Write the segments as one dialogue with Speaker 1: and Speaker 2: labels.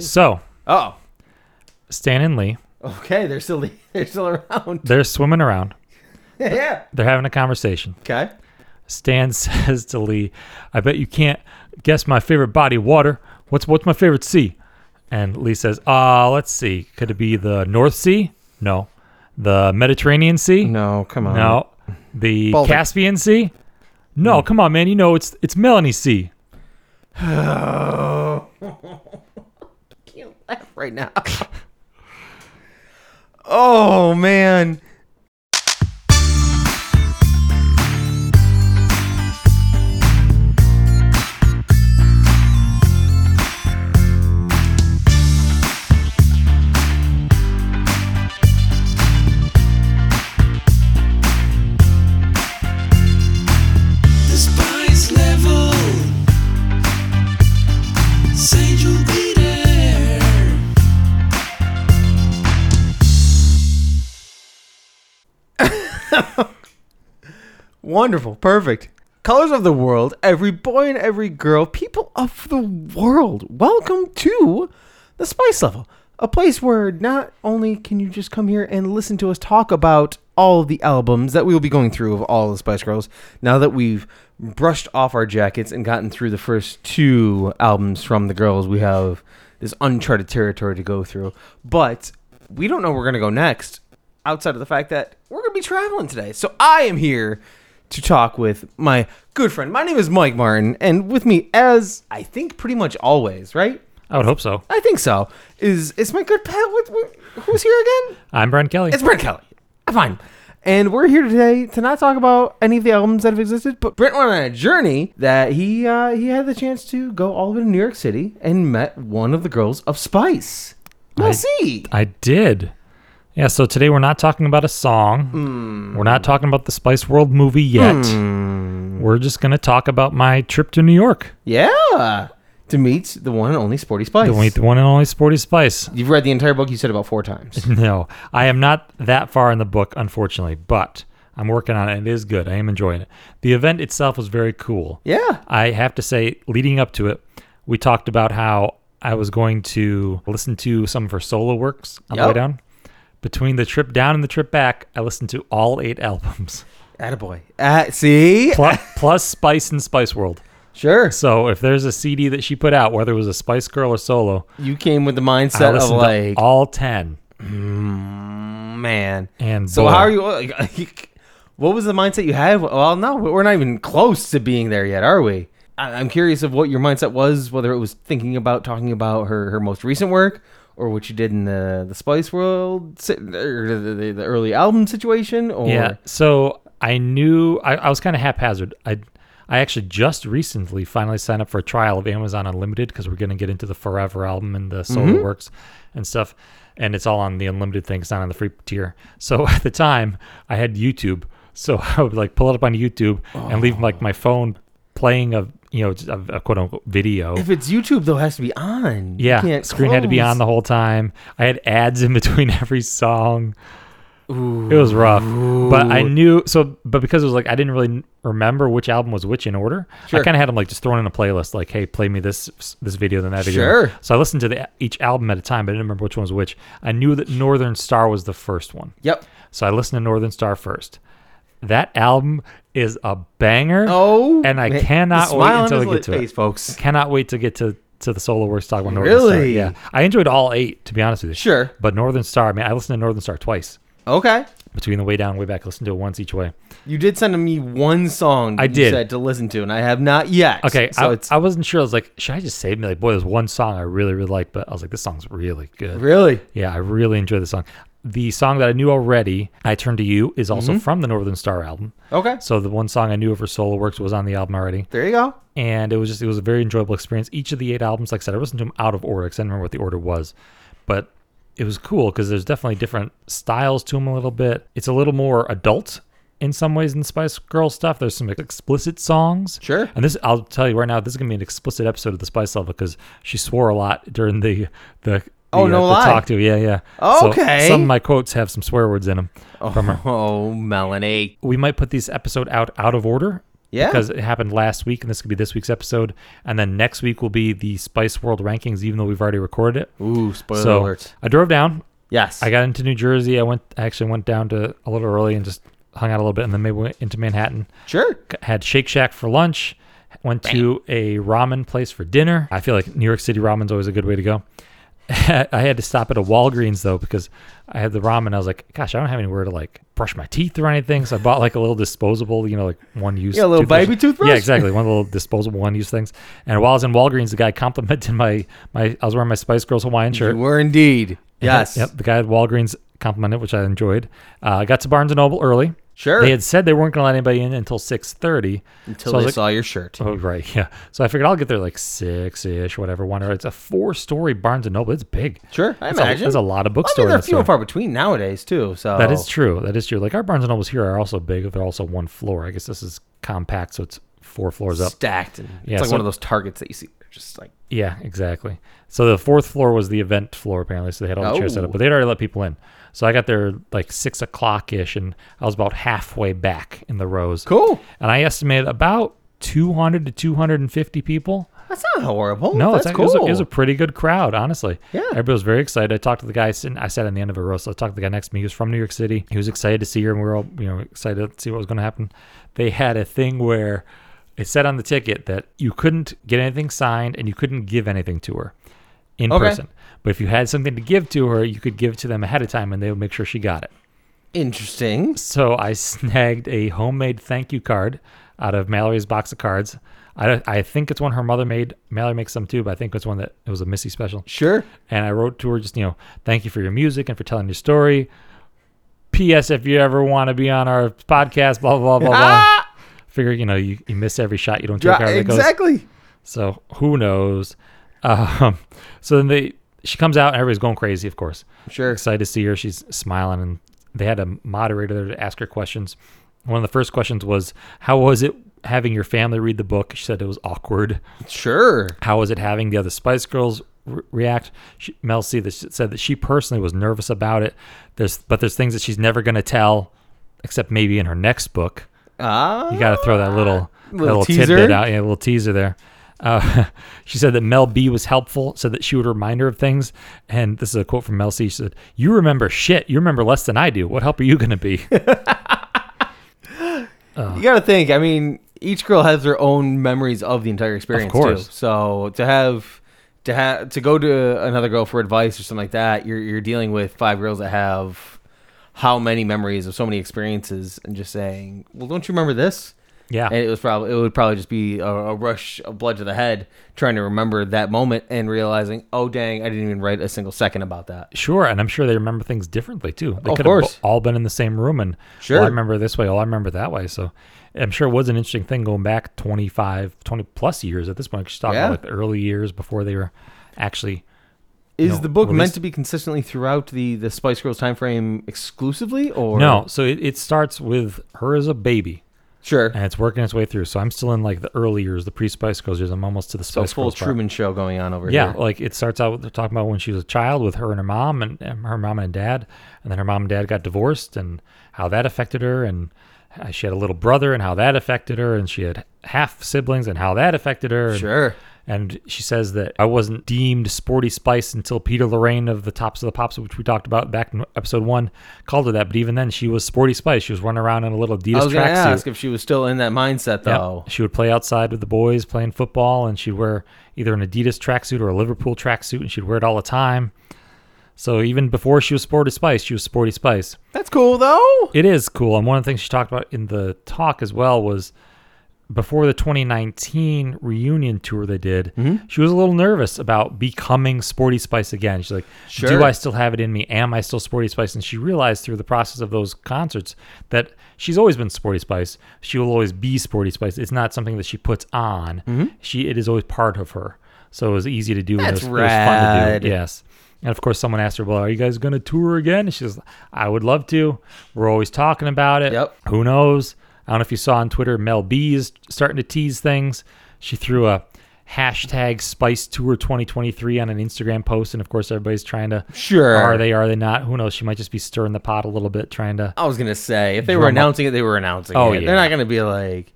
Speaker 1: So,
Speaker 2: Oh,
Speaker 1: Stan and Lee,
Speaker 2: okay. They're still they're still around.
Speaker 1: they're swimming around.
Speaker 2: yeah.
Speaker 1: They're having a conversation.
Speaker 2: Okay.
Speaker 1: Stan says to Lee, I bet you can't guess my favorite body of water. What's what's my favorite sea? And Lee says, Ah, let's see. Could it be the North Sea? No. The Mediterranean Sea?
Speaker 3: No, come on.
Speaker 1: No. The
Speaker 3: Baltic.
Speaker 1: Caspian Sea? No, come on, man. You know it's it's Melanie Sea.
Speaker 2: Can't laugh right now.
Speaker 3: Oh man.
Speaker 4: The spice level Say you'll be there
Speaker 3: Wonderful. Perfect. Colors of the world, every boy and every girl, people of the world. Welcome to the Spice Level, a place where not only can you just come here and listen to us talk about all of the albums that we will be going through of all the Spice Girls, now that we've brushed off our jackets and gotten through the first two albums from the girls, we have this uncharted territory to go through. But we don't know where we're going to go next outside of the fact that we're going to be traveling today. So I am here to talk with my good friend. My name is Mike Martin, and with me, as I think pretty much always, right?
Speaker 1: I would hope so.
Speaker 3: I think so. Is it's my good pal? What, what, who's here again?
Speaker 1: I'm Brent Kelly.
Speaker 3: It's Brent Kelly. I'm fine. And we're here today to not talk about any of the albums that have existed, but Brent went on a journey that he uh, he had the chance to go all the way to New York City and met one of the girls of Spice. We'll
Speaker 1: I-
Speaker 3: see.
Speaker 1: I did. Yeah, so today we're not talking about a song. We're not talking about the Spice World movie yet. We're just going to talk about my trip to New York.
Speaker 3: Yeah. To meet the one and only Sporty Spice.
Speaker 1: The only- the one and only Sporty Spice.
Speaker 3: You've read the entire book. You said about four times.
Speaker 1: No, I am not that far in the book, unfortunately, but I'm working on it and it is good. I am enjoying it. The event itself was very cool.
Speaker 3: yeah.
Speaker 1: I have to say, leading up to it, we talked about how I was going to listen to some of her solo works on the way
Speaker 3: Yep.
Speaker 1: down. Between the trip down and the trip back, I listened to all eight albums,
Speaker 3: Attaboy. Uh, see?
Speaker 1: plus, plus Spice and Spice World.
Speaker 3: Sure.
Speaker 1: So if there's a CD that she put out, whether it was a Spice Girl or solo,
Speaker 3: You came with the
Speaker 1: I
Speaker 3: mindset of
Speaker 1: listened
Speaker 3: like,
Speaker 1: to all 10.
Speaker 3: man.
Speaker 1: And
Speaker 3: So
Speaker 1: boy,
Speaker 3: how are you? oh, What was the mindset you had? Well, no, we're not even close to being there yet, are we? I- I'm curious of what your mindset was, whether it was thinking about talking about her, her most recent work, or what you did in the the Spice World, si- or the, the, the early album situation, or
Speaker 1: Yeah. So I knew I, I was kind of haphazard. I I actually just recently finally signed up for a trial of Amazon Unlimited because we're going to get into the Forever album and the solo works and stuff, and it's all on the unlimited thing. It's not on the free tier. So at the time, I had YouTube, so I would like pull it up on YouTube and leave like my phone playing a you know just a, a quote unquote video.
Speaker 3: If it's YouTube, though, it has to be on. You
Speaker 1: yeah,
Speaker 3: can't
Speaker 1: screen had to be
Speaker 3: close.
Speaker 1: on the whole time. I had ads in between every song. It was rough, but I knew so. But because it was like I didn't really remember which album was which in order. I
Speaker 3: Sure.
Speaker 1: kind of had them like just thrown in a playlist, like, "Hey, play me this this video, then that video."
Speaker 3: Sure.
Speaker 1: So I listened to the, each album at a time, but I didn't remember which one was which. I knew that Northern Star was the first one,
Speaker 3: Yep.
Speaker 1: so I listened to Northern Star first. That album is a banger.
Speaker 3: Oh,
Speaker 1: and I
Speaker 3: man.
Speaker 1: cannot
Speaker 3: The
Speaker 1: wait
Speaker 3: smile on
Speaker 1: until
Speaker 3: his
Speaker 1: we get to
Speaker 3: li-
Speaker 1: it.
Speaker 3: face, folks.
Speaker 1: Cannot wait to get to to the solo works talk about Northern Star.
Speaker 3: Really?
Speaker 1: Yeah, I enjoyed all eight to be honest with you.
Speaker 3: Sure.
Speaker 1: but Northern Star, I mean, I listened to Northern Star twice
Speaker 3: Okay.
Speaker 1: between the way down and way back. I listened to it once each way.
Speaker 3: You did send me one song.
Speaker 1: I
Speaker 3: you
Speaker 1: did.
Speaker 3: said to listen to, and I have not yet.
Speaker 1: Okay,
Speaker 3: so
Speaker 1: I,
Speaker 3: it's
Speaker 1: I wasn't sure. I was like, should I just save me? Like, boy, there's one song I really really like, but I was like, this song's really good.
Speaker 3: really
Speaker 1: Yeah, I really enjoy the song. The song that I knew already, I Turn to You, is
Speaker 3: Mm-hmm.
Speaker 1: also from the Northern Star album.
Speaker 3: okay.
Speaker 1: So the one song I knew of her solo works was on the album already.
Speaker 3: There you go.
Speaker 1: and it was just it was a very enjoyable experience. Each of the eight albums, like I said, I listened to them out of order because I didn't remember what the order was, but it was cool because there's definitely different styles to them a little bit. It's a little more adult in some ways than Spice Girl stuff. There's some explicit songs,
Speaker 3: Sure.
Speaker 1: And this, I'll tell you right now, this is gonna be an explicit episode of the Spice Level because she swore a lot during the the. the,
Speaker 3: Oh, no
Speaker 1: the
Speaker 3: lie.
Speaker 1: Talk to, yeah, yeah. So
Speaker 3: Okay.
Speaker 1: some of my quotes have some swear words in them from her
Speaker 3: Oh, Melanie.
Speaker 1: we might put this episode out out of order
Speaker 3: Yeah.
Speaker 1: because it happened last week, and this could be this week's episode. And then next week will be the Spice World rankings, even though we've already recorded it.
Speaker 3: Ooh, spoiler
Speaker 1: so
Speaker 3: alert.
Speaker 1: I drove down.
Speaker 3: Yes.
Speaker 1: I got into New Jersey. I went I actually went down to a little early and just hung out a little bit, and then maybe went into Manhattan.
Speaker 3: sure.
Speaker 1: Had Shake Shack for lunch. Went to a ramen place for dinner. I feel like New York City ramen's always a good way to go. I had to stop at a Walgreens though because I had the ramen. I was like, gosh, I don't have anywhere to like brush my teeth or anything. So I bought like a little disposable, you know, like one use.
Speaker 3: Yeah, a little baby toothbrush.
Speaker 1: Yeah, exactly. One of the little disposable one use things. And while I was in Walgreens, the guy complimented my my. I was wearing my Spice Girls Hawaiian shirt.
Speaker 3: You were indeed. Yes.
Speaker 1: Yep. The guy at Walgreens complimented, which I enjoyed. Uh, I got to Barnes and Noble early.
Speaker 3: Sure.
Speaker 1: They had said they weren't going to let anybody in until six thirty.
Speaker 3: Until
Speaker 1: so I was
Speaker 3: they
Speaker 1: like,
Speaker 3: saw your shirt.
Speaker 1: Oh right, yeah. So I figured I'll get there like six ish, whatever. One or it's a four story Barnes and Noble. It's big.
Speaker 3: Sure, I
Speaker 1: That's A,
Speaker 3: imagine.
Speaker 1: there's a lot of
Speaker 3: I mean,
Speaker 1: bookstores.
Speaker 3: they're few Oh. and far between nowadays too. So
Speaker 1: That is true. That is true. Like our Barnes and Nobles here are also big. They're also one floor. I guess this is compact, so it's four floors up.
Speaker 3: stacked. And
Speaker 1: Yeah,
Speaker 3: it's like
Speaker 1: so-
Speaker 3: one of those targets that you see. They're Just like
Speaker 1: Yeah, exactly. So the fourth floor was the event floor apparently, so they had all the chairs set
Speaker 3: Oh.
Speaker 1: up, but they'd already let people in. So I got there like six o'clock ish, and I was about halfway back in the rows.
Speaker 3: cool.
Speaker 1: And I estimated about 200 to 250 people.
Speaker 3: That's not horrible.
Speaker 1: No,
Speaker 3: that's
Speaker 1: it's,
Speaker 3: cool.
Speaker 1: it, was a, it was a pretty good crowd, honestly.
Speaker 3: Yeah.
Speaker 1: Everybody was very excited. I talked to the guy, sitting, I sat on the end of a row, so I talked to the guy next to me. He was from New York City. He was excited to see her, and we were all you know excited to see what was going to happen. They had a thing where it said on the ticket that you couldn't get anything signed and you couldn't give anything to her in
Speaker 3: Okay.
Speaker 1: person. But if you had something to give to her, you could give it to them ahead of time and they would make sure she got it.
Speaker 3: interesting.
Speaker 1: So I snagged a homemade thank you card out of Mallory's box of cards. I, don't- I think it's one her mother made. Mallory makes some too, but I think it's one that it was a Missy special.
Speaker 3: Sure.
Speaker 1: And I wrote to her just, you know, thank you for your music and for telling your story. P.S. If you ever want to be on our podcast, blah, blah, blah, blah, blah. Figure, you know, you, you miss every shot you don't take.
Speaker 3: Yeah,
Speaker 1: however that goes.
Speaker 3: exactly.
Speaker 1: So who knows? Um, so then they she comes out and everybody's going crazy, of course.
Speaker 3: Sure.
Speaker 1: Excited to see her. She's smiling and they had a moderator there to ask her questions. One of the first questions was, How was it having your family read the book? She said it was awkward.
Speaker 3: Sure.
Speaker 1: How was it having the other Spice Girls re- react? She, Mel C that she- said that she personally was nervous about it. There's but there's things that she's never gonna tell, except maybe in her next book.
Speaker 3: Ah.
Speaker 1: You got to throw that little that
Speaker 3: Little
Speaker 1: little,
Speaker 3: teaser.
Speaker 1: tidbit out, yeah, a little teaser there. Uh, she said that Mel B was helpful, said that she would remind her of things. And this is a quote from Mel C. She said, "You remember shit. You remember less than I do. What help are you going to be?"
Speaker 3: You got to think. I mean, each girl has their own memories of the entire experience,
Speaker 1: course.
Speaker 3: too. So to have to have to go to another girl for advice or something like that, you're you're dealing with five girls that have how many memories of so many experiences, and just saying, "Well, don't you remember this?"
Speaker 1: yeah,
Speaker 3: And it was probably it would probably just be a, a rush of blood to the head, trying to remember that moment and realizing, "Oh, dang, I didn't even write a single second about that."
Speaker 1: sure. And I'm sure they remember things differently too. They
Speaker 3: Of
Speaker 1: could
Speaker 3: course.
Speaker 1: have bo- all been in the same room, and
Speaker 3: Sure.
Speaker 1: "Oh, I remember this way. Oh, I remember that way. So I'm sure it was an interesting thing going back 25, 20 plus years at this point. She's talking
Speaker 3: Yeah.
Speaker 1: about like the early years before they were actually
Speaker 3: Is
Speaker 1: No,
Speaker 3: the book
Speaker 1: well,
Speaker 3: meant
Speaker 1: these-
Speaker 3: to be consistently throughout the the Spice Girls time frame exclusively, or
Speaker 1: no. So it, it starts with her as a baby.
Speaker 3: Sure.
Speaker 1: and it's working its way through. So I'm still in like the early years, the pre-Spice Girls years. I'm almost to the
Speaker 3: So
Speaker 1: Spice
Speaker 3: full
Speaker 1: Girls part.
Speaker 3: Truman Show going on over
Speaker 1: Yeah,
Speaker 3: here.
Speaker 1: like it starts out with they're talking about when she was a child with her and her mom and, and her mom and dad, and then her mom and dad got divorced and how that affected her, and uh, she had a little brother and how that affected her, and she had half siblings and how that affected her. and-
Speaker 3: Sure.
Speaker 1: And she says that I wasn't deemed sporty spice until Peter Lorraine of the Tops of the Pops, which we talked about back in episode one, called her that. But even then, she was sporty spice. She was running around in a little
Speaker 3: I
Speaker 1: Adidas
Speaker 3: was gonna
Speaker 1: tracksuit.
Speaker 3: ask if she was still in that mindset
Speaker 1: Yep.
Speaker 3: though.
Speaker 1: She would play outside with the boys playing football, and she'd wear either an Adidas tracksuit or a Liverpool tracksuit, and she'd wear it all the time. So even before she was Sporty Spice, she was Sporty Spice.
Speaker 3: That's cool though.
Speaker 1: It is cool. And one of the things she talked about in the talk as well was before the 2019 reunion tour they did,
Speaker 3: Mm-hmm.
Speaker 1: she was a little nervous about becoming Sporty Spice again. She's like,
Speaker 3: Sure.
Speaker 1: Do I still have it in me? Am I still Sporty Spice? And she realized through the process of those concerts that she's always been Sporty Spice. She will always be Sporty Spice. It's not something that she puts on, she it is always part of her. So it was easy to do. and it
Speaker 3: Mm-hmm. That's
Speaker 1: was- it was fun to
Speaker 3: rad.
Speaker 1: do. Yes. And of course, someone asked her, "Well, are you guys going to tour again?" And she says, "I would love to. We're always talking about it.
Speaker 3: Yep.
Speaker 1: Who knows? I don't know if you saw on Twitter, Mel B is starting to tease things. She threw a hashtag Spice Tour 2023 on an Instagram post, and of course, everybody's trying to
Speaker 3: Sure.
Speaker 1: Are they? Are they not? Who knows? She might just be stirring the pot a little bit, trying to.
Speaker 3: I was gonna say if they were
Speaker 1: Drum up.
Speaker 3: announcing it, they were announcing
Speaker 1: Oh,
Speaker 3: it.
Speaker 1: yeah.
Speaker 3: They're not gonna be like,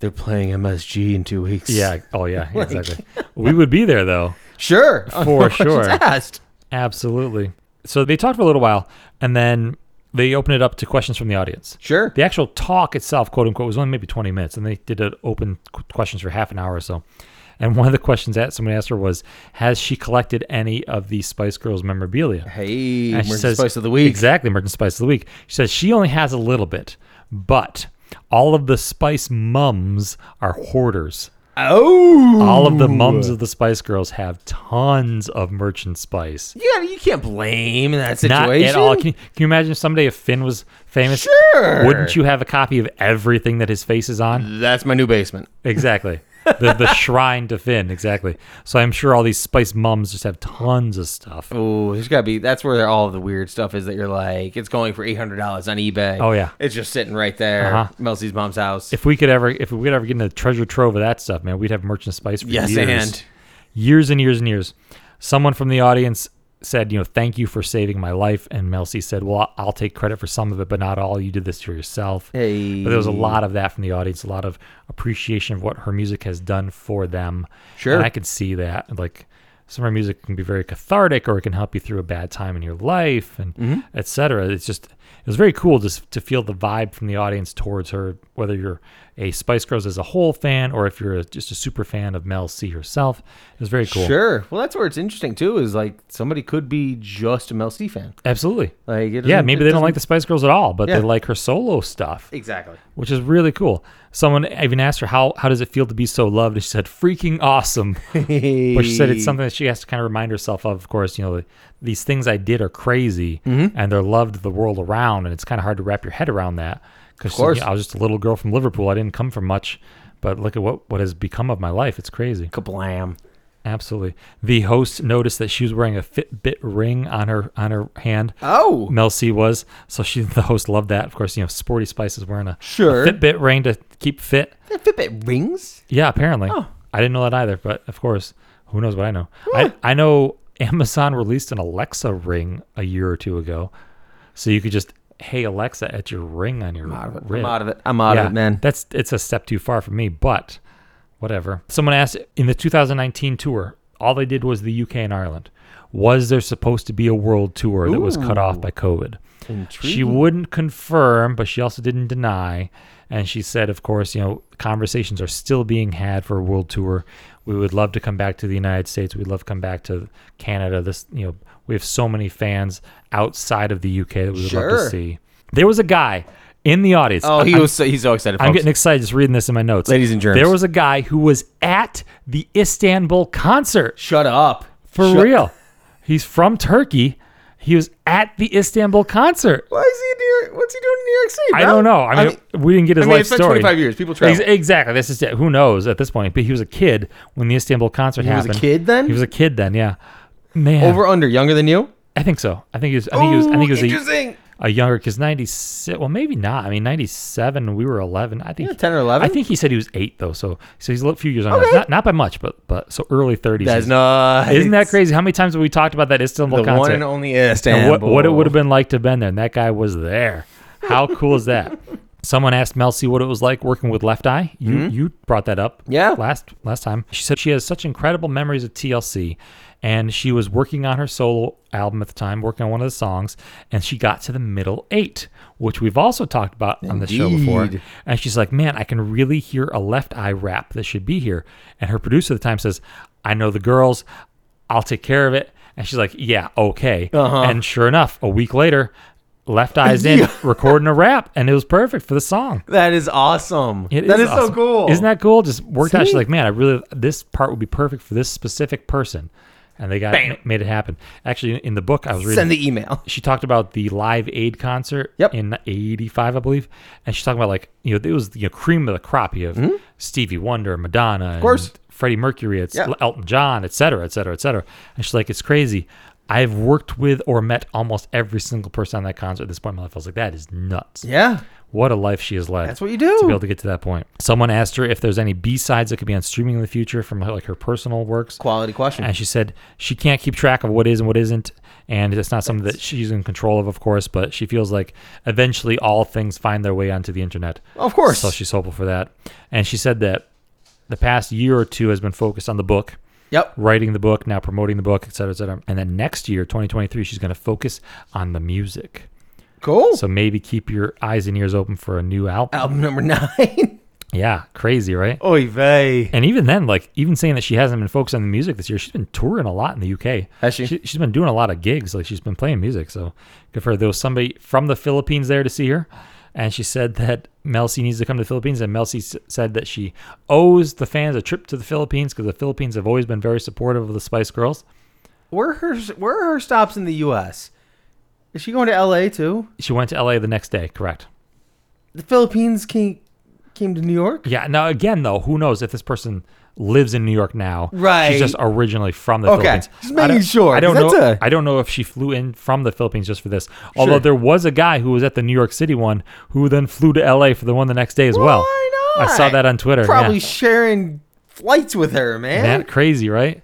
Speaker 3: They're playing MSG in two weeks.
Speaker 1: Yeah. Oh, yeah. Exactly. we would be there though,
Speaker 2: Sure.
Speaker 1: for sure.
Speaker 2: Asked.
Speaker 1: Absolutely. So they talked for a little while, and then they opened it up to questions from the audience.
Speaker 2: Sure.
Speaker 1: The actual talk itself, quote unquote, was only maybe 20 minutes, and they did an open qu- questions for half an hour or so. And one of the questions that somebody asked her was, "Has she collected any of the Spice Girls memorabilia?"
Speaker 2: Hey,
Speaker 1: And she
Speaker 2: Emergency
Speaker 1: says-
Speaker 2: Spice of the Week.
Speaker 1: Exactly, emergency spice of the week. She says she only has a little bit, but all of the spice mums are hoarders.
Speaker 2: Oh.
Speaker 1: All of the mums of the Spice Girls have tons of merchant spice.
Speaker 2: You, gotta, you can't blame in that situation.
Speaker 1: Not at all. Can you, can you imagine someday if Finn was famous?
Speaker 2: Sure.
Speaker 1: Wouldn't you have a copy of everything that his face is on?
Speaker 2: That's my new basement.
Speaker 1: Exactly. the, the shrine to Finn. Exactly. So I'm sure all these spice mums just have tons of stuff.
Speaker 2: Oh, there's gotta be. That's where all the weird stuff is that you're like, it's going for eight hundred dollars on eBay.
Speaker 1: Oh, yeah.
Speaker 2: it's just sitting right there.
Speaker 1: Uh-huh.
Speaker 2: Melcy's mom's house.
Speaker 1: If we could ever, if we could ever get into the treasure trove of that stuff, man, we'd have merchant spice for
Speaker 2: Yes,
Speaker 1: years,
Speaker 2: and.
Speaker 1: years and years and years. Someone from the audience said, "You know, thank you for saving my life." And Mel C said, "Well, I'll take credit for some of it, but not all. You did this to yourself."
Speaker 2: Hey.
Speaker 1: But there was a lot of that from the audience, a lot of appreciation of what her music has done for them.
Speaker 2: Sure.
Speaker 1: And I could see that. Like some of her music can be very cathartic or it can help you through a bad time in your life and
Speaker 2: Mm-hmm.
Speaker 1: et cetera. It's just it was very cool just to feel the vibe from the audience towards her, whether you're a Spice Girls as a whole fan or if you're a, just a super fan of Mel C herself. It was very cool.
Speaker 2: Sure. Well, that's where it's interesting too. Is like somebody could be just a Mel C fan.
Speaker 1: Absolutely.
Speaker 2: Like, it
Speaker 1: Yeah,
Speaker 2: doesn't-
Speaker 1: maybe
Speaker 2: it
Speaker 1: they don't
Speaker 2: doesn't-
Speaker 1: like the Spice Girls at all, but
Speaker 2: Yeah.
Speaker 1: they like her solo stuff.
Speaker 2: Exactly.
Speaker 1: which is really cool. Someone even asked her how how does it feel to be so loved, and she said freaking awesome. but she said it's something that she has to kind of remind herself of. Of course, you know these things I did are crazy, and they're loved the world around, and it's kind of hard to wrap your head around that because
Speaker 2: course.
Speaker 1: I was just a little girl from Liverpool. I didn't come from much, but look at what what has become of my life. It's crazy.
Speaker 2: Kablam.
Speaker 1: Absolutely. The host noticed that she was wearing a Fitbit ring on her on her hand.
Speaker 2: Oh.
Speaker 1: Mel C was. So she, the host, loved that. Of course, you know, Sporty Spice is wearing a,
Speaker 2: Sure.
Speaker 1: a Fitbit ring to keep fit.
Speaker 2: That Fitbit rings?
Speaker 1: Yeah, apparently. I didn't know that either, but of course, who knows what I know? I, I know Amazon released an Alexa ring a year or two ago. So you could just, hey, Alexa, at your ring on your
Speaker 2: Out of it.
Speaker 1: wrist.
Speaker 2: I'm out of it. I'm out of it, man.
Speaker 1: That's it's a step too far for me, but whatever. Someone asked in the 2019 tour, all they did was the UK and Ireland. Was there supposed to be a world tour that was cut off by COVID? She wouldn't confirm, but she also didn't deny. And she said, of course, you know, conversations are still being had for a world tour. We would love to come back to the United States. We'd love to come back to Canada. This, you know, we have so many fans outside of the UK that we would love
Speaker 2: Sure.
Speaker 1: to see. There was a guy in the audience.
Speaker 2: Oh, he
Speaker 1: I'm-
Speaker 2: was. So, he's so excited.
Speaker 1: I'm
Speaker 2: folks.
Speaker 1: getting excited just reading this in my notes.
Speaker 2: Ladies and germs.
Speaker 1: There was a guy who was at the Istanbul concert
Speaker 2: Shut up.
Speaker 1: for
Speaker 2: Shut-
Speaker 1: real. He's from Turkey. He was at the Istanbul concert.
Speaker 2: Why is he in New York? What's he doing in New York City?
Speaker 1: I
Speaker 2: bro?
Speaker 1: don't know. I mean, we didn't get his
Speaker 2: I mean,
Speaker 1: life
Speaker 2: it's been
Speaker 1: story.
Speaker 2: 25 years. People travel.
Speaker 1: Ex- exactly. This is it. Who knows at this point? But he was a kid when the Istanbul concert
Speaker 2: was a
Speaker 1: happened.
Speaker 2: kid then?
Speaker 1: He was a kid then. Yeah. Man,
Speaker 2: Over under younger than you?
Speaker 1: I think so. I think he was. I think he was. I think he was
Speaker 2: interesting.
Speaker 1: a, a younger because ninety six. Well, maybe not. I mean, ninety seven. We were eleven. I think
Speaker 2: Yeah, 10 or 11.
Speaker 1: I think he said he was eight though. So so he's a little few years on. us. Not not by much, but but so early thirties.
Speaker 2: That's not.
Speaker 1: Isn't that crazy? How many times have we talked about that Istanbul
Speaker 2: The
Speaker 1: concert?
Speaker 2: one and only
Speaker 1: and
Speaker 2: Istanbul.
Speaker 1: what, what it would have been like to have been there. And that guy was there. How cool is that? Someone asked Mel C what it was like working with Left Eye. You you brought that up.
Speaker 2: Yeah.
Speaker 1: Last last time. She said she has such incredible memories of TLC and she was working on her solo album at the time, working on one of the songs, and she got to the middle eight, which we've also talked about on the show before.
Speaker 2: Indeed.
Speaker 1: And she's like, Man, I can really hear a left eye rap that should be here. And her producer at the time says, I know the girls, I'll take care of it. And she's like, Yeah, okay.
Speaker 2: Uh-huh.
Speaker 1: And sure enough, a week later, Left Eye's in recording a rap, and it was perfect for the song.
Speaker 2: That is awesome.
Speaker 1: It
Speaker 2: that is, so
Speaker 1: awesome.
Speaker 2: cool.
Speaker 1: Isn't that cool? Just worked out. She's
Speaker 2: See?
Speaker 1: like, Man, I really, this part would be perfect for this specific person. And they got made it happen. Actually, in the book I was reading,
Speaker 2: Send the email.
Speaker 1: she talked about the live aid concert
Speaker 2: Yep.
Speaker 1: in 85 i believe and she's talking about like you know it was you know cream of the crop you have
Speaker 3: Mm-hmm.
Speaker 1: stevie wonder madonna of
Speaker 2: course.
Speaker 1: freddie mercury it's
Speaker 2: Yeah.
Speaker 1: elton john et cetera et cetera et cetera and she's like it's crazy I've worked with or met almost every single person on that concert at this point in my life. I was like, that is nuts.
Speaker 3: Yeah.
Speaker 1: What a life she has led.
Speaker 3: That's what you
Speaker 1: To be
Speaker 3: do.
Speaker 1: able to get to that point. Someone asked her if there's any B sides that could be on streaming in the future from her, like her personal works.
Speaker 2: Quality question.
Speaker 1: And she said she can't keep track of what is and what isn't. And it's not something that she's in control of, of course, but she feels like eventually all things find their way onto the internet.
Speaker 3: Of course.
Speaker 1: So she's hopeful for that. And she said that the past year or two has been focused on the book,
Speaker 2: Yep.
Speaker 1: writing the book, now promoting the book, et cetera, et cetera. And then next year, 2023, she's going to focus on the music.
Speaker 3: Cool.
Speaker 1: So maybe keep your eyes and ears open for a new album.
Speaker 2: Album number nine.
Speaker 1: Yeah, crazy, right?
Speaker 3: Oy vey.
Speaker 1: And even then, like even saying that she hasn't been focused on the music this year, she's been touring a lot in the UK.
Speaker 2: Has she?
Speaker 1: she has been doing a lot of gigs. Like she's been playing music. So good for her. There was somebody from the Philippines there to see her, and she said that Mel C needs to come to the Philippines. And Mel C s- said that she owes the fans a trip to the Philippines because the Philippines have always been very supportive of the Spice Girls.
Speaker 3: Where are her where are her stops in the U.S.? Is she going to L.A. too?
Speaker 1: She went to LA the next day. Correct.
Speaker 3: The Philippines came came to New York.
Speaker 1: Yeah. Now again, though, who knows if this person lives in New York now?
Speaker 3: Right.
Speaker 1: She's just originally from the
Speaker 3: Okay,
Speaker 1: Philippines.
Speaker 3: just
Speaker 1: I
Speaker 3: making
Speaker 1: don't-
Speaker 3: sure,
Speaker 1: I don't
Speaker 3: 'cause
Speaker 1: know. I
Speaker 3: that's a-
Speaker 1: I don't know if she flew in from the Philippines just for this. Although there was a guy who was at the New York City one who then flew to L.A. for the one the next day as well.
Speaker 3: Why not?
Speaker 1: I saw that on Twitter.
Speaker 3: Probably
Speaker 1: yeah.
Speaker 3: sharing flights with her, man.
Speaker 1: Isn't that crazy, right?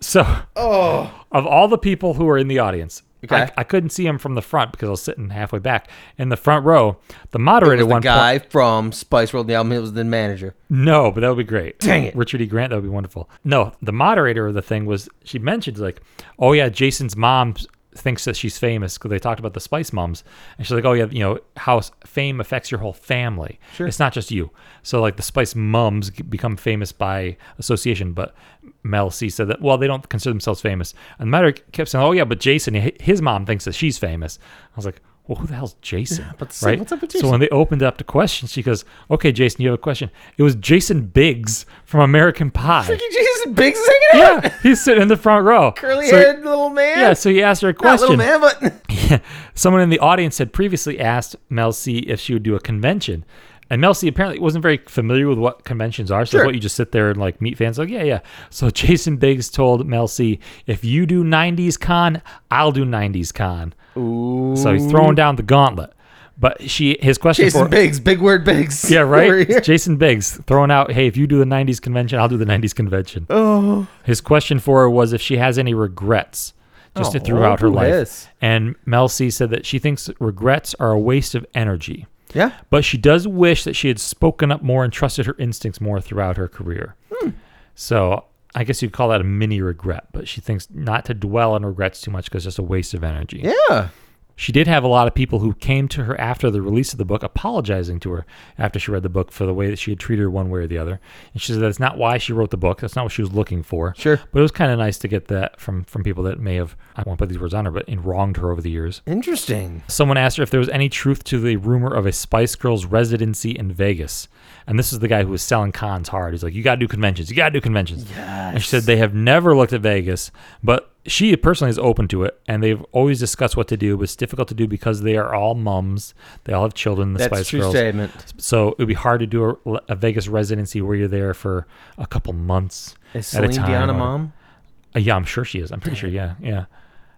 Speaker 1: So,
Speaker 3: Oh.
Speaker 1: of all the people who were in the audience, I,
Speaker 2: Okay.
Speaker 1: I couldn't see him from the front because I was sitting halfway back in the front row. The moderator
Speaker 2: The
Speaker 1: one point-
Speaker 2: guy from Spice World, the album, he was the manager.
Speaker 1: No, but that would be great.
Speaker 3: Dang it.
Speaker 1: Richard E. Grant, that would be wonderful. No, the moderator of the thing was she mentioned like, oh yeah, Jason's mom thinks that she's famous because they talked about the Spice Moms, and she's like, oh yeah, you know how s- fame affects your whole family. Sure, it's not just you. So like the Spice Moms g- become famous by association, but Mel C said that well they don't consider themselves famous, and the moderator kept saying, oh yeah, but Jason, hi- his mom thinks that she's famous. I was like. Well, who the hell's Jason?
Speaker 3: but so
Speaker 1: right?
Speaker 3: what's up with
Speaker 1: So when they opened up to questions, she goes, "Okay, Jason, you have a question." It was Jason Biggs from American Pie.
Speaker 3: Jesus, big singing out.
Speaker 1: yeah, he's sitting in the front row,
Speaker 3: Curly
Speaker 1: So-
Speaker 3: haired little man.
Speaker 1: Yeah, so he asked her a
Speaker 3: Not little
Speaker 1: question.
Speaker 3: man, but
Speaker 1: Someone in the audience had previously asked Mel C if she would do a convention. And Mel C apparently wasn't very familiar with what conventions are. So,
Speaker 3: Sure.
Speaker 1: what you just sit there and like meet fans, like, yeah, yeah. So, Jason Biggs told Mel C, if you do 90s con, I'll do 90s con. Ooh. So, he's throwing down the gauntlet. But she, his question
Speaker 3: Jason
Speaker 1: for,
Speaker 3: Biggs, big word Biggs.
Speaker 1: Yeah, right.
Speaker 3: Over here.
Speaker 1: It's Jason Biggs throwing out, "Hey, if you do the '90s convention, I'll do the '90s convention."
Speaker 3: Oh,
Speaker 1: His question for her was if she has any regrets, just
Speaker 2: Oh,
Speaker 1: throughout her
Speaker 3: who
Speaker 1: life.
Speaker 3: is?
Speaker 1: And Mel C said that she thinks regrets are a waste of energy,
Speaker 3: yeah.
Speaker 1: but she does wish that she had spoken up more and trusted her instincts more throughout her career.
Speaker 3: Hmm.
Speaker 1: So. I guess you'd call that a mini regret, but she thinks not to dwell on regrets too much because it's just a waste of energy.
Speaker 3: Yeah.
Speaker 1: She did have a lot of people who came to her after the release of the book apologizing to her after she read the book for the way that she had treated her one way or the other. And she said that's not why she wrote the book. That's not what she was looking for.
Speaker 3: Sure.
Speaker 1: But it was kind of nice to get that from from people that may have I won't put these words on her, but and wronged her over the years.
Speaker 3: Interesting.
Speaker 1: Someone asked her if there was any truth to the rumor of a Spice Girls residency in Vegas. And this is the guy who was selling cons hard. He's like, You gotta do conventions, you gotta do conventions. And she said they have never looked at Vegas, but she personally is open to it, and they've always discussed what to do, but it's difficult to do because they are all mums. They all have children, the
Speaker 2: That's a
Speaker 1: Spice
Speaker 2: true
Speaker 1: Girls.
Speaker 2: statement.
Speaker 1: So it would be hard to do a, a Vegas residency where you're there for a couple months
Speaker 2: Is
Speaker 1: at a
Speaker 2: Celine
Speaker 1: time.
Speaker 2: Dion a
Speaker 1: or-
Speaker 2: mom?
Speaker 1: Uh, yeah, I'm sure she is. I'm pretty sure. Yeah, yeah.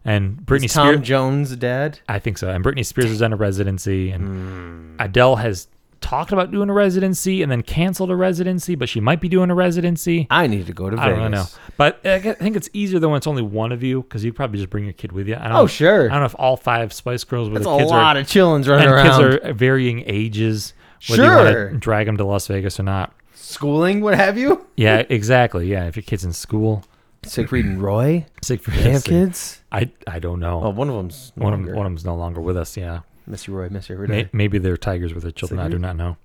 Speaker 1: And Britney
Speaker 2: Is Tom
Speaker 1: Spears.
Speaker 2: Jones a dad?
Speaker 1: I think so. And Britney Spears has done a residency,
Speaker 2: Hmm.
Speaker 1: and Adele has talked about doing a residency and then canceled a residency, but she might be doing a residency.
Speaker 2: I need to go to
Speaker 1: I
Speaker 2: Vegas.
Speaker 1: don't really know, but I gue- I think it's easier than when it's only one of you because you probably just bring your kid with you. I don't
Speaker 3: Oh,
Speaker 1: know-
Speaker 3: sure.
Speaker 1: I don't know if all five Spice Girls with
Speaker 2: That's
Speaker 1: the
Speaker 2: a
Speaker 1: kids
Speaker 2: lot
Speaker 1: are
Speaker 2: of chillins running
Speaker 1: and
Speaker 2: around.
Speaker 1: kids are varying ages. Whether you wanna
Speaker 3: Sure.
Speaker 1: drag them to Las Vegas or not.
Speaker 3: Schooling, what have you?
Speaker 1: Yeah, exactly. Yeah, if your kid's in school,
Speaker 2: Siegfried and Roy.
Speaker 1: sick for
Speaker 2: They have kids.
Speaker 1: I I don't
Speaker 2: Oh,
Speaker 1: know.
Speaker 2: one of them's
Speaker 1: One of 'em- one of them's no longer with us. Yeah.
Speaker 2: Miss you, Roy. Miss you every
Speaker 1: May-
Speaker 2: day.
Speaker 1: maybe they're tigers with their children. I do not know.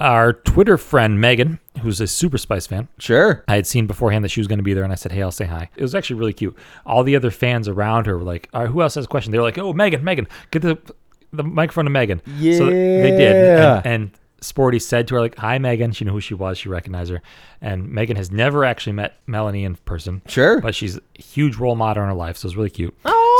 Speaker 1: Our Twitter friend Megan, who's a Super Spice fan,
Speaker 2: Sure.
Speaker 1: I had seen beforehand that she was going to be there, and I said, "Hey, I'll say hi." It was actually really cute. All the other fans around her were like, All right, "Who else has a question?" They were like, "Oh, Megan, Megan, get the the microphone to Megan." So they did,
Speaker 2: Yeah.
Speaker 1: and, and Sporty said to her, "Like, hi, Megan." She knew who she was. She recognized her, and Megan has never actually met Melanie in person.
Speaker 2: Sure.
Speaker 1: But she's a huge role model in her life, so it's really cute.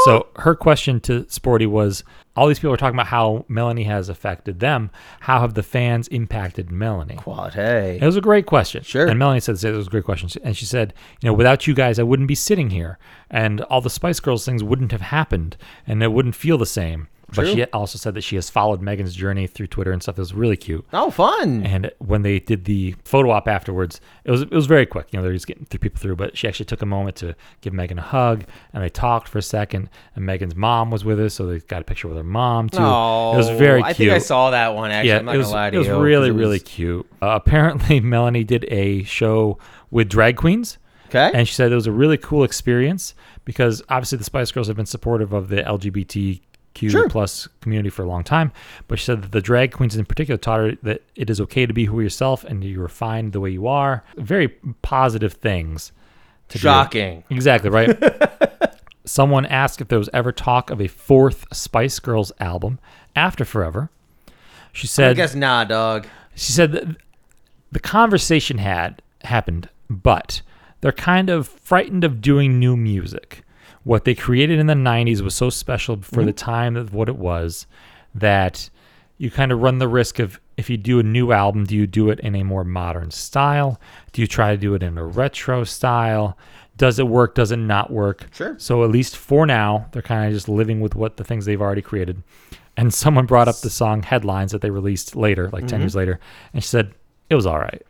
Speaker 1: So her question to Sporty was all these people are talking about how Melanie has affected them. How have the fans impacted Melanie?
Speaker 2: Quality.
Speaker 1: It was a great question.
Speaker 2: Sure.
Speaker 1: And Melanie said it was a great question. And she said, you know, without you guys, I wouldn't be sitting here. And all the Spice Girls things wouldn't have happened. And it wouldn't feel the same. But she also said that she has followed Megan's journey through Twitter and stuff. It was really cute.
Speaker 2: Oh, fun.
Speaker 1: And when they did the photo op afterwards, it was it was very quick. You know, they're just getting through people through, but she actually took a moment to give Megan a hug, and they talked for a second. And Megan's mom was with us, so they got a picture with her mom too. it was very
Speaker 2: I
Speaker 1: cute.
Speaker 2: think I saw that one. Actually,
Speaker 1: yeah,
Speaker 2: I'm not
Speaker 1: it was,
Speaker 2: gonna lie to
Speaker 1: it was
Speaker 2: you. 'cause
Speaker 1: really
Speaker 2: it was-
Speaker 1: really cute. Uh, apparently, Melanie did a show with drag queens.
Speaker 2: Okay.
Speaker 1: And she said it was a really cool experience because obviously the Spice Girls have been supportive of the LGBTQ plus community for a long time. But she said that the drag queens in particular taught her that it is okay to be who yourself and you are fine the way you are. Very positive things. To do.
Speaker 2: Shocking.
Speaker 1: Exactly right. Someone asked if there was ever talk of a fourth Spice Girls album after Forever. She said,
Speaker 2: I guess nah, dog.
Speaker 1: she said that the conversation had happened, but they're kind of frightened of doing new music. What they created in the 90s was so special for the time of what it was that you kind of run the risk of if you do a new album, do you do it in a more modern style? Do you try to do it in a retro style? Does it work? Does it not work?
Speaker 2: Sure.
Speaker 1: So at least for now, they're kind of just living with what the things they've already created. And someone brought up the song headlines that they released later, like ten years later, and she said it was all right.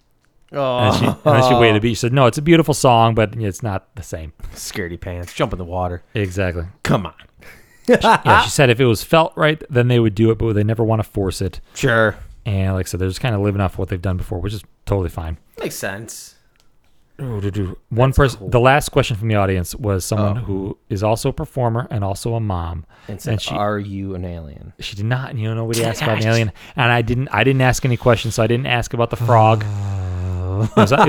Speaker 1: And,
Speaker 2: Oh,
Speaker 1: she, and then she waited a bit. She said, "No, it's a beautiful song, but it's not the same."
Speaker 2: scaredy pants. Jump in the water.
Speaker 1: Exactly.
Speaker 2: Come on.
Speaker 1: Yeah, she said if it was felt right, then they would do it, but they never want to force it.
Speaker 2: Sure.
Speaker 1: And like I said, they're just kind of living off what they've done before, which is totally fine.
Speaker 2: Makes sense.
Speaker 1: One person, the last question from the audience was someone who is also a performer and also a mom,
Speaker 2: And, said,
Speaker 1: she
Speaker 2: "Are you an alien?"
Speaker 1: she did not. and You know, nobody asked about an alien, and I didn't. I didn't ask any questions, so I didn't ask about the frog. it, was, it, was on,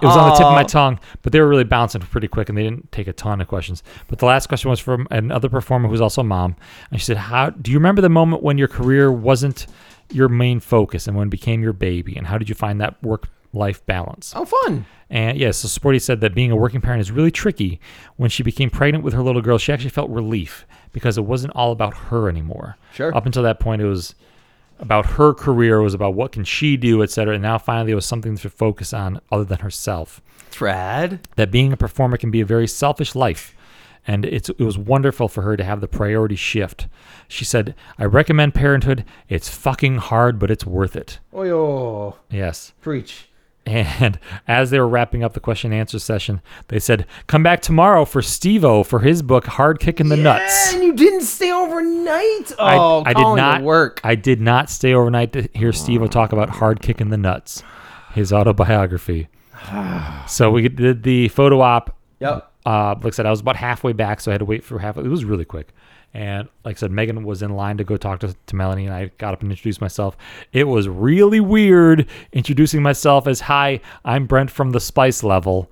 Speaker 1: it was on the tip of my tongue, but they were really bouncing pretty quick, and they didn't take a ton of questions. But the last question was from another performer who's also a mom, and she said, "How do you remember the moment when your career wasn't your main focus, and when it became your baby, and how did you find that work?" life balance.
Speaker 2: Oh, fun.
Speaker 1: And yeah, so Sporty said that being a working parent is really tricky. When she became pregnant with her little girl, she actually felt relief because it wasn't all about her anymore.
Speaker 2: Sure.
Speaker 1: Up until that point, it was about her career, it was about what can she do, et cetera. And now finally, it was something to focus on other than herself.
Speaker 2: Trad.
Speaker 1: That being a performer can be a very selfish life. And it's, it was wonderful for her to have the priority shift. She said, I recommend parenthood. It's fucking hard, but it's worth it.
Speaker 2: Oh, yo.
Speaker 1: Yes.
Speaker 2: preach.
Speaker 1: And as they were wrapping up the question and answer session, they said, Come back tomorrow for Steve O for his book, Hard Kick in the Nuts.
Speaker 2: And you didn't stay overnight.
Speaker 1: I,
Speaker 2: Oh,
Speaker 1: I did
Speaker 2: Colin,
Speaker 1: not
Speaker 2: to work.
Speaker 1: I did not stay overnight to hear Steve O talk about Hard Kick in the Nuts, his autobiography. so we did the photo op.
Speaker 2: Yep.
Speaker 1: Uh, like I said, I was about halfway back, so I had to wait for half. It was really quick. And like I said, Megan was in line to go talk to, to Melanie, and I got up and introduced myself. It was really weird introducing myself as, Hi, I'm Brent from the Spice Level.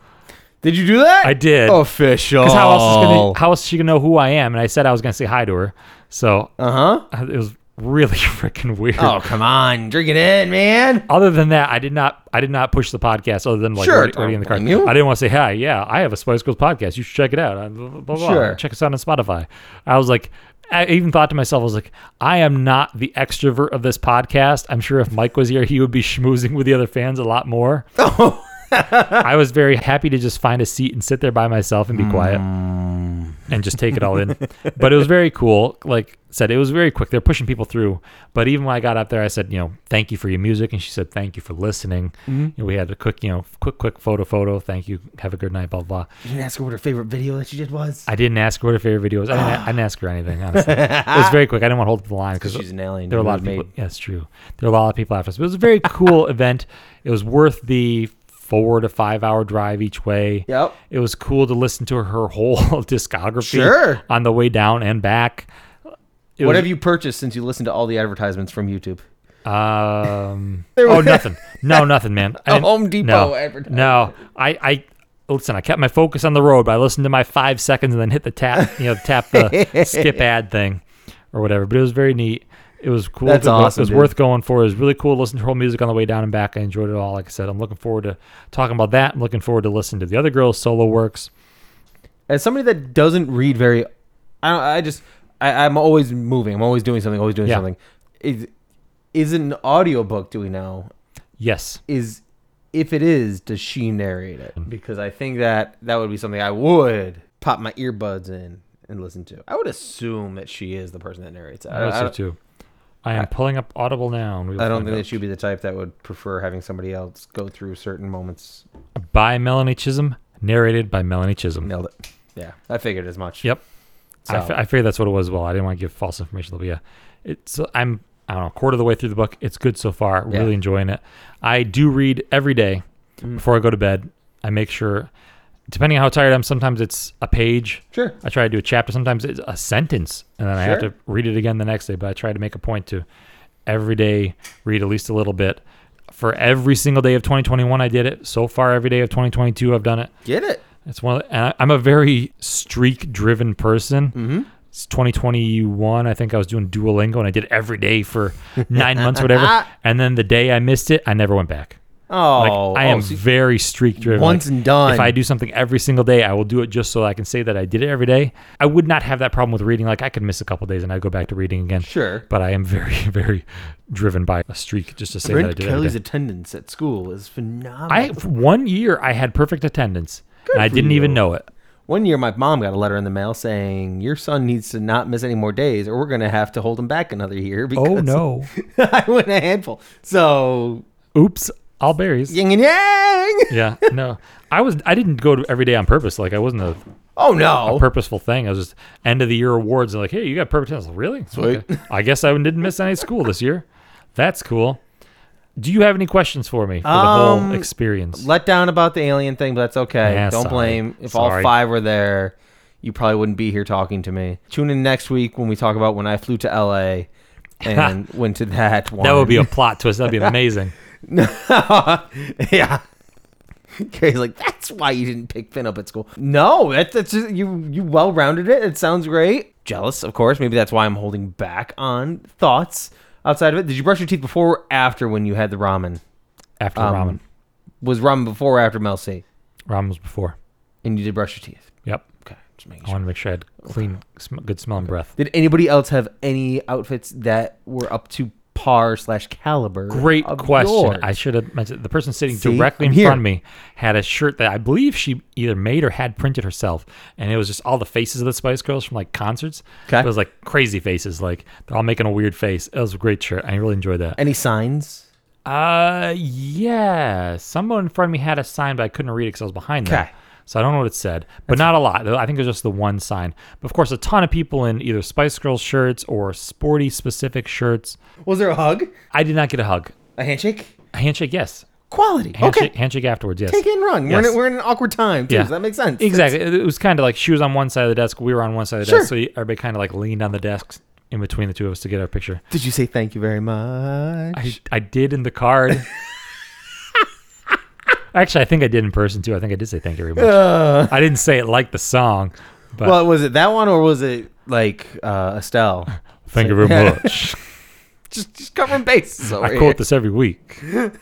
Speaker 3: Did you do that?
Speaker 1: I did.
Speaker 3: Official.
Speaker 1: Because how else is
Speaker 3: Oh.
Speaker 1: gonna, how else is she gonna know who I am? And I said I was gonna say hi to her. So
Speaker 2: Uh huh.
Speaker 1: uh, it was really freaking weird.
Speaker 2: Oh, come on. Drink it in, man.
Speaker 1: Other than that, I did not I did not push the podcast. Other than like
Speaker 2: Sure,
Speaker 1: already, already in the car,
Speaker 2: don't blame you.
Speaker 1: I didn't want to say hi. Yeah, I have a Spice Girls podcast. You should check it out. Uh, Blah, blah, blah, blah.
Speaker 2: Sure.
Speaker 1: check us out on Spotify. I was like. I even thought to myself, I was like, I am not the extrovert of this podcast. I'm sure if Mike was here, he would be schmoozing with the other fans a lot more. I was very happy to just find a seat and sit there by myself and be quiet and just take it all in. but it was very cool. Like I said, it was very quick. They're pushing people through. But even when I got up there, I said, you know, thank you for your music, and she said, thank you for listening. You know, we had a quick, you know, quick, quick photo, photo. Thank you. Have a good night. Blah blah.
Speaker 2: You didn't ask her what her favorite video that she did was.
Speaker 1: I didn't ask her what her favorite video was. I didn't, I didn't ask her anything. Honestly, it was very quick. I didn't want to hold up the line because
Speaker 2: she's an alien.
Speaker 1: There were a
Speaker 2: Who
Speaker 1: lot of
Speaker 2: would
Speaker 1: people. Yeah, it's true. There were a lot of people after us. But it was a very cool event. It was worth the four to five hour drive each way.
Speaker 2: Yep.
Speaker 1: It was cool to listen to her whole discography
Speaker 2: Sure.
Speaker 1: on the way down and back. It
Speaker 2: What
Speaker 1: was-
Speaker 2: have you purchased since you listened to all the advertisements from YouTube?
Speaker 1: Um, oh, nothing. No, nothing, man. I didn't-
Speaker 2: Home Depot
Speaker 1: no,
Speaker 2: advertisement.
Speaker 1: No, I, I listen. I kept my focus on the road, but I listened to my five seconds and then hit the tap. You know, tap the skip ad thing or whatever. But it was very neat. It was cool.
Speaker 2: That's
Speaker 1: to go-
Speaker 2: awesome,
Speaker 1: It was
Speaker 2: dude.
Speaker 1: worth going for. It was really cool to listen to her whole music on the way down and back. I enjoyed it all. Like I said, I'm looking forward to talking about that. I'm looking forward to listening to the other girls' solo works.
Speaker 2: As somebody that doesn't read very
Speaker 3: I don't. I just. I, I'm always moving. I'm always doing something. Always doing
Speaker 1: Yeah.
Speaker 3: something. Is is it an audiobook? Do we know?
Speaker 1: Yes.
Speaker 3: Is if it is, does she narrate
Speaker 1: Mm.
Speaker 3: it? Because I think that that would be something I would pop my earbuds in and listen to. I would assume that she is the person that narrates it.
Speaker 1: I
Speaker 3: I,
Speaker 1: would
Speaker 3: I,
Speaker 1: say too. I am pulling up Audible now. And we will
Speaker 3: I don't
Speaker 1: find
Speaker 3: think that
Speaker 1: out.
Speaker 3: she'd be the type that would prefer having somebody else go through certain moments.
Speaker 1: By Melanie Chisholm, narrated by Melanie Chisholm.
Speaker 3: Nailed it. Yeah, I figured as much.
Speaker 1: Yep. I I, f-
Speaker 3: So-
Speaker 1: I figured that's what it was. as Well, I didn't want to give false information. But yeah, it's I'm I don't know quarter of the way through the book. It's good so far.
Speaker 3: Yeah. Mm.
Speaker 1: Really enjoying it. I do read every day before I go to bed. I make sure, depending on how tired I'm, sometimes it's a page.
Speaker 3: Sure.
Speaker 1: I try to do a chapter. Sometimes it's a sentence, and then I have
Speaker 3: Sure.
Speaker 1: to read it again the next day. But I try to make a point to every day read at least a little bit. For every single day of 2021, I did it. So far, every day of 2022, I've done it.
Speaker 3: Get it.
Speaker 1: It's one. Of the, and I, I'm a very streak-driven person. Mm-hmm. It's 2021. I think I was doing Duolingo, and I did every day for nine months, whatever. And then the day I missed it, I never went back. Like,
Speaker 3: Oh,
Speaker 1: I
Speaker 3: oh,
Speaker 1: am
Speaker 3: see-
Speaker 1: very streak-driven.
Speaker 3: Once
Speaker 1: Like,
Speaker 3: and done.
Speaker 1: If I do something every single day, I will do it just so I can say that I did it every day. I would not have that problem with reading. Like I could miss a couple days, and I would go back to reading again.
Speaker 3: Sure.
Speaker 1: But I am very, very driven by a streak, just to say that I
Speaker 3: Brent
Speaker 1: did it every day.
Speaker 3: Kelly's attendance at school is phenomenal.
Speaker 1: I for one year I had perfect attendance, and I
Speaker 3: for
Speaker 1: didn't even
Speaker 3: you.
Speaker 1: know it.
Speaker 3: One year, my mom got a letter in the mail saying, Your son needs to not miss any more days, or we're going to have to hold him back another year. Because
Speaker 1: Oh no.
Speaker 3: I went a handful. So,
Speaker 1: Oops, all berries. Yeah.
Speaker 3: yin and yang.
Speaker 1: no. I was I didn't go to every day on purpose. Like I wasn't a
Speaker 3: Oh, no.
Speaker 1: purposeful thing. I was just end of the year awards and like, hey, you got perfect attendance. Like, Really?
Speaker 3: Sweet.
Speaker 1: I guess I didn't miss any school this year. That's cool. Do you have any questions for me for the
Speaker 3: Um,
Speaker 1: whole experience?
Speaker 3: Let down about the alien thing, but that's okay.
Speaker 1: Yeah,
Speaker 3: Don't
Speaker 1: sorry.
Speaker 3: blame. If all
Speaker 1: Sorry.
Speaker 3: five were there, you probably wouldn't be here talking to me. Tune in next week when we talk about when I flew to LA and went to that one.
Speaker 1: that would be a plot twist. That'd be amazing.
Speaker 3: yeah. Carrie's like, that's why you didn't pick Finn up at school. No, that, that's just, you. You well rounded it. It sounds great. Jealous, of course. Maybe that's why I'm holding back on thoughts outside of it. Did you brush your teeth before or after when you had the ramen?
Speaker 1: After
Speaker 3: Um, Was ramen before or after Mel C?
Speaker 1: ramen, ramen was before.
Speaker 3: And you did brush your teeth.
Speaker 1: Yep.
Speaker 3: Okay, just making
Speaker 1: I
Speaker 3: sure.
Speaker 1: want to make sure I had clean, sm- good smelling breath.
Speaker 3: Did anybody else have any outfits that were up to par slash caliber?
Speaker 1: Great
Speaker 3: of
Speaker 1: question.
Speaker 3: yours?
Speaker 1: I should have mentioned the person sitting
Speaker 3: See?
Speaker 1: directly
Speaker 3: I'm
Speaker 1: in
Speaker 3: here.
Speaker 1: front of me had a shirt that I believe she either made or had printed herself, and it was just all the faces of the Spice Girls from like concerts.
Speaker 3: Okay.
Speaker 1: It was like crazy faces, like they're all making a weird face. It was a great shirt. I really enjoyed that.
Speaker 3: Any signs?
Speaker 1: Uh, yeah, someone in front of me had a sign, but I couldn't read it because I was behind them.
Speaker 3: Okay.
Speaker 1: So I don't know what it said, but not a lot. I think it was just the one sign. But of course, a ton of people in either Spice Girls shirts or sporty specific shirts.
Speaker 3: Was there a hug?
Speaker 1: I did not get a hug.
Speaker 3: A handshake?
Speaker 1: A handshake, yes.
Speaker 3: Quality.
Speaker 1: Handshake,
Speaker 3: okay.
Speaker 1: handshake afterwards, yes.
Speaker 3: Take it and run. We're, in,
Speaker 1: Yes.
Speaker 3: a- we're in an awkward time, too. So that makes sense.
Speaker 1: Exactly. It it was kind of like she was on one side of the desk, we were on one side of the
Speaker 3: Sure.
Speaker 1: desk, so everybody kind of like leaned on the desks in between the two of us to get our picture.
Speaker 3: Did you say thank you very much?
Speaker 1: I, I did in the card. Actually, I think I did in person too. I think I did say thank you very much.
Speaker 3: Uh,
Speaker 1: I didn't say it like the song, but
Speaker 3: well, was it that one or was it like uh, Estelle?
Speaker 1: thank you very much.
Speaker 3: just, just covering bases. Over
Speaker 1: I quote this every week. It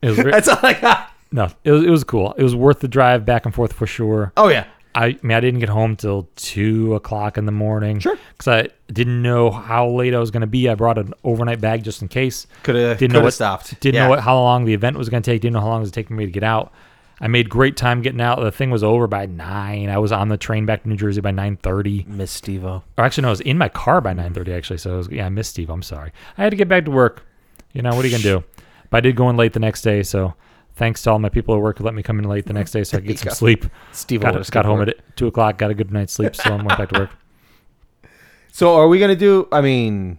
Speaker 1: was, re-
Speaker 3: That's all I got.
Speaker 1: no, it was, it was cool. It was worth the drive back and forth for sure.
Speaker 3: Oh, yeah.
Speaker 1: I, I mean, I didn't get home till two o'clock in the morning.
Speaker 3: Sure.
Speaker 1: Because I didn't know how late I was going to be. I brought an overnight bag just in case.
Speaker 3: Coulda-
Speaker 1: Didn't know
Speaker 3: coulda
Speaker 1: what-
Speaker 3: stopped.
Speaker 1: Didn't
Speaker 3: Yeah.
Speaker 1: know what, how long the event was going to take. Didn't know how long it was taking me to get out. I made great time getting out. The thing was over by nine. I was on the train back to New Jersey by nine thirty.
Speaker 3: Miss Stevo.
Speaker 1: Or actually, no, I was in my car by nine thirty. Actually, so I was, yeah, I missed Steve. I'm sorry. I had to get back to work. You know what are you gonna do? But I did go in late the next day. So thanks to all my people at work who let me come in late the next day so I could get some sleep.
Speaker 3: Steve
Speaker 1: got, got home at two o'clock. Got a good night's sleep. So I went back to work.
Speaker 3: So are we going to do, I mean,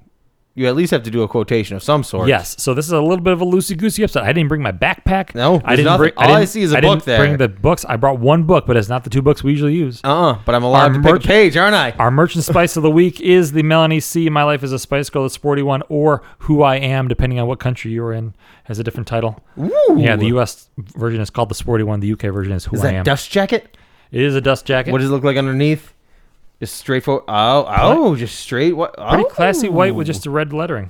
Speaker 3: you at least have to do a quotation of some sort.
Speaker 1: Yes. So this is a little bit of a loosey goosey episode. I didn't bring my backpack.
Speaker 3: No,
Speaker 1: I
Speaker 3: there's
Speaker 1: didn't
Speaker 3: nothing.
Speaker 1: bring.
Speaker 3: All I
Speaker 1: didn't-
Speaker 3: see is a
Speaker 1: I
Speaker 3: book
Speaker 1: didn't Bring
Speaker 3: there.
Speaker 1: the books. I brought one book, but it's not the two books we usually use.
Speaker 3: Uh-uh, but I'm allowed
Speaker 1: Our
Speaker 3: to
Speaker 1: merch-
Speaker 3: pick a page, aren't I?
Speaker 1: Our merchant spice of the week is the Melanie C. My life is a Spice Girl, the sporty one, or Who I Am, depending on what country you're in, has a different title. Yeah, the U.S. version is called the sporty one. The U.K. version is Who
Speaker 3: Is
Speaker 1: I
Speaker 3: that
Speaker 1: Am.
Speaker 3: dust jacket?
Speaker 1: it is a dust jacket.
Speaker 3: What does it look like underneath? Just straightforward. Oh, oh, just straight. What? Oh.
Speaker 1: Pretty classy white with just the red lettering.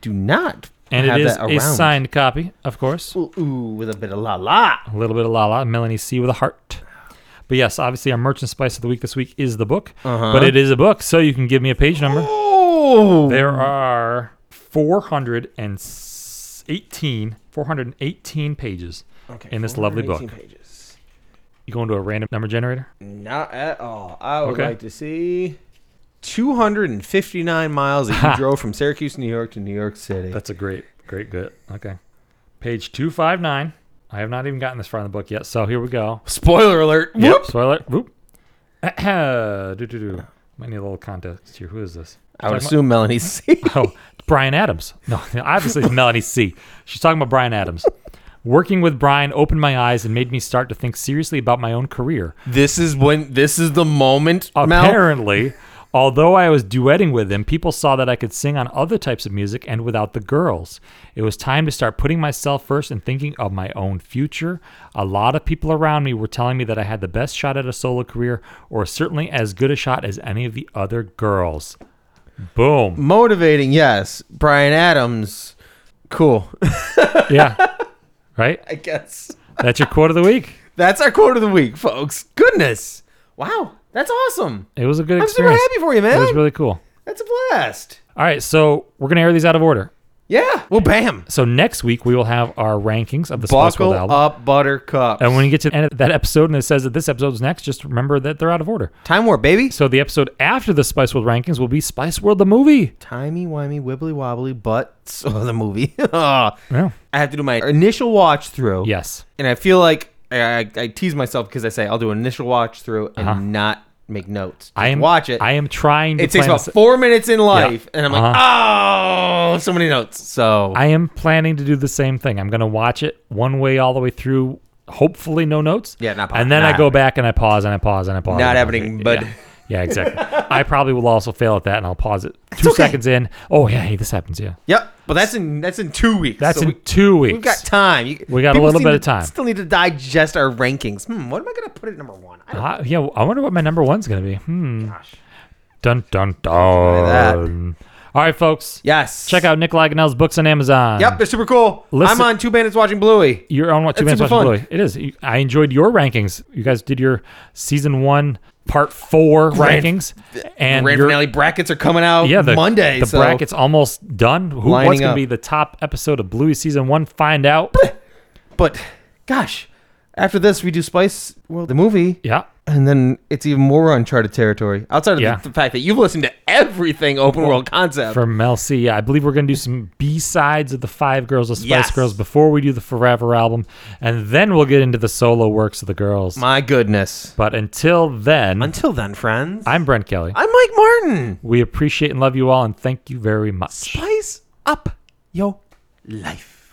Speaker 3: Do not.
Speaker 1: And
Speaker 3: have
Speaker 1: it is
Speaker 3: that
Speaker 1: a
Speaker 3: around.
Speaker 1: signed copy, of course.
Speaker 3: Ooh, ooh, with a bit of la la.
Speaker 1: A little bit of la la, Melanie C with a heart. But yes, obviously our merchant spice of the week this week is the book,
Speaker 3: Uh-huh.
Speaker 1: but it is a book, so you can give me a page number.
Speaker 2: Oh,
Speaker 1: There are 418, 418 pages in this lovely book.
Speaker 2: Pages.
Speaker 1: You going to a random number generator?
Speaker 2: Not at all. I would
Speaker 1: Okay.
Speaker 2: like to see.
Speaker 3: 259 miles that
Speaker 1: Ha.
Speaker 3: you drove from Syracuse, New York to New York City.
Speaker 1: That's a great, great, good. Okay. Page 259. I have not even gotten this far in the book yet, so here we go.
Speaker 2: Spoiler alert.
Speaker 1: Yep. Spoiler. Whoop. do, do, do. Might need a little context here. Who is this?
Speaker 2: I would
Speaker 1: Talking
Speaker 2: assume Melanie C.
Speaker 1: Oh, Brian Adams. No, obviously it's Melanie C. She's talking about Brian Adams. Working with Brian opened my eyes and made me start to think seriously about my own career.
Speaker 2: this is when. This is the moment. Mel.
Speaker 1: Apparently, although I was duetting with him, people saw that I could sing on other types of music and without the girls. It was time to start putting myself first and thinking of my own future. A lot of people around me were telling me that I had the best shot at a solo career, or certainly as good a shot as any of the other girls. Boom.
Speaker 3: Motivating, yes. Brian Adams, cool.
Speaker 1: Yeah. Right?
Speaker 3: I guess.
Speaker 1: That's your quote of the week.
Speaker 3: That's our quote of the week, folks. Goodness. Wow. That's awesome.
Speaker 1: It was a good
Speaker 3: I'm super
Speaker 1: experience.
Speaker 3: happy for you,
Speaker 1: It was
Speaker 3: man.
Speaker 1: really cool.
Speaker 3: That's a blast.
Speaker 1: All right, so we're gonna air these out of order.
Speaker 3: Yeah. Well, bam.
Speaker 1: So next week we will have our rankings of the Spice
Speaker 3: Buckle
Speaker 1: World album.
Speaker 3: up, Buttercup.
Speaker 1: And when you get to the end of that episode and it says that this episode's next, just remember that they're out of order.
Speaker 3: Time warp, baby.
Speaker 1: So the episode after the Spice World rankings will be Spice World the movie.
Speaker 3: Timey wimey, wibbly wobbly, butts. Oh, the movie. Ah.
Speaker 1: Yeah.
Speaker 3: I have to do my initial watch through.
Speaker 1: Yes.
Speaker 3: And I feel like I, I, I tease myself because I say I'll do an initial watch through and
Speaker 1: Uh-huh.
Speaker 3: not make notes.
Speaker 1: I am
Speaker 3: watch it.
Speaker 1: I am trying to
Speaker 3: it takes
Speaker 1: plan
Speaker 3: about
Speaker 1: this-
Speaker 3: four minutes in life, and I'm like,
Speaker 2: Oh, so many notes.
Speaker 3: so
Speaker 1: I am planning to do the same thing. I'm gonna watch it one way all the way through. Hopefully no notes.
Speaker 3: Yeah, not
Speaker 1: And then
Speaker 3: not
Speaker 1: I go back and I pause and I pause and I pause.
Speaker 3: Not
Speaker 1: and I pause.
Speaker 3: happening, bud.
Speaker 1: Yeah. Yeah, exactly. I probably will also fail at that, and I'll pause it two seconds in. Oh yeah, hey, this happens. Yeah,
Speaker 3: yep. But that's in that's in two weeks.
Speaker 1: that's in
Speaker 3: so we,
Speaker 1: two weeks.
Speaker 3: We've got time. You,
Speaker 1: We got a
Speaker 3: people
Speaker 1: little
Speaker 3: seem
Speaker 1: bit
Speaker 3: to
Speaker 1: of time.
Speaker 3: Still need to digest our rankings. Hmm. What am I gonna put at number one? I don't
Speaker 1: Uh, yeah, I wonder what my number one's gonna be. Hmm. Dun dun dun. All right, folks.
Speaker 3: Yes.
Speaker 1: Check out Nick Laganel's books on Amazon.
Speaker 3: Yep, they're super cool.
Speaker 1: Listen-
Speaker 3: I'm on Two Bandits Watching Bluey.
Speaker 1: You're on what two minutes
Speaker 3: super
Speaker 1: watching
Speaker 3: fun.
Speaker 1: Bluey. It is. You- I enjoyed your rankings. You guys did your season one, part four rankings, and
Speaker 3: Grand
Speaker 1: your-
Speaker 3: finale brackets are coming out
Speaker 1: yeah, the,
Speaker 3: Monday.
Speaker 1: The
Speaker 3: so
Speaker 1: bracket's almost done. Who, what's
Speaker 3: Lining
Speaker 1: gonna
Speaker 3: up.
Speaker 1: be the top episode of Bluey season one? Find out.
Speaker 3: But gosh, after this we do Spice World the movie,
Speaker 1: yeah.
Speaker 3: and then it's even more uncharted territory. Outside of
Speaker 1: Yeah.
Speaker 3: the, the fact that you've listened to everything open world concept.
Speaker 1: For Mel C, yeah, I believe we're gonna do some B sides of the Five Girls of Spice
Speaker 3: Yes.
Speaker 1: Girls before we do the Forever album, and then we'll get into the solo works of the girls.
Speaker 3: My goodness.
Speaker 1: but until then,
Speaker 3: Until then, friends.
Speaker 1: I'm Brent Kelly.
Speaker 3: I'm Mike Martin.
Speaker 1: we appreciate and love you all, and thank you very much.
Speaker 3: Spice up your life.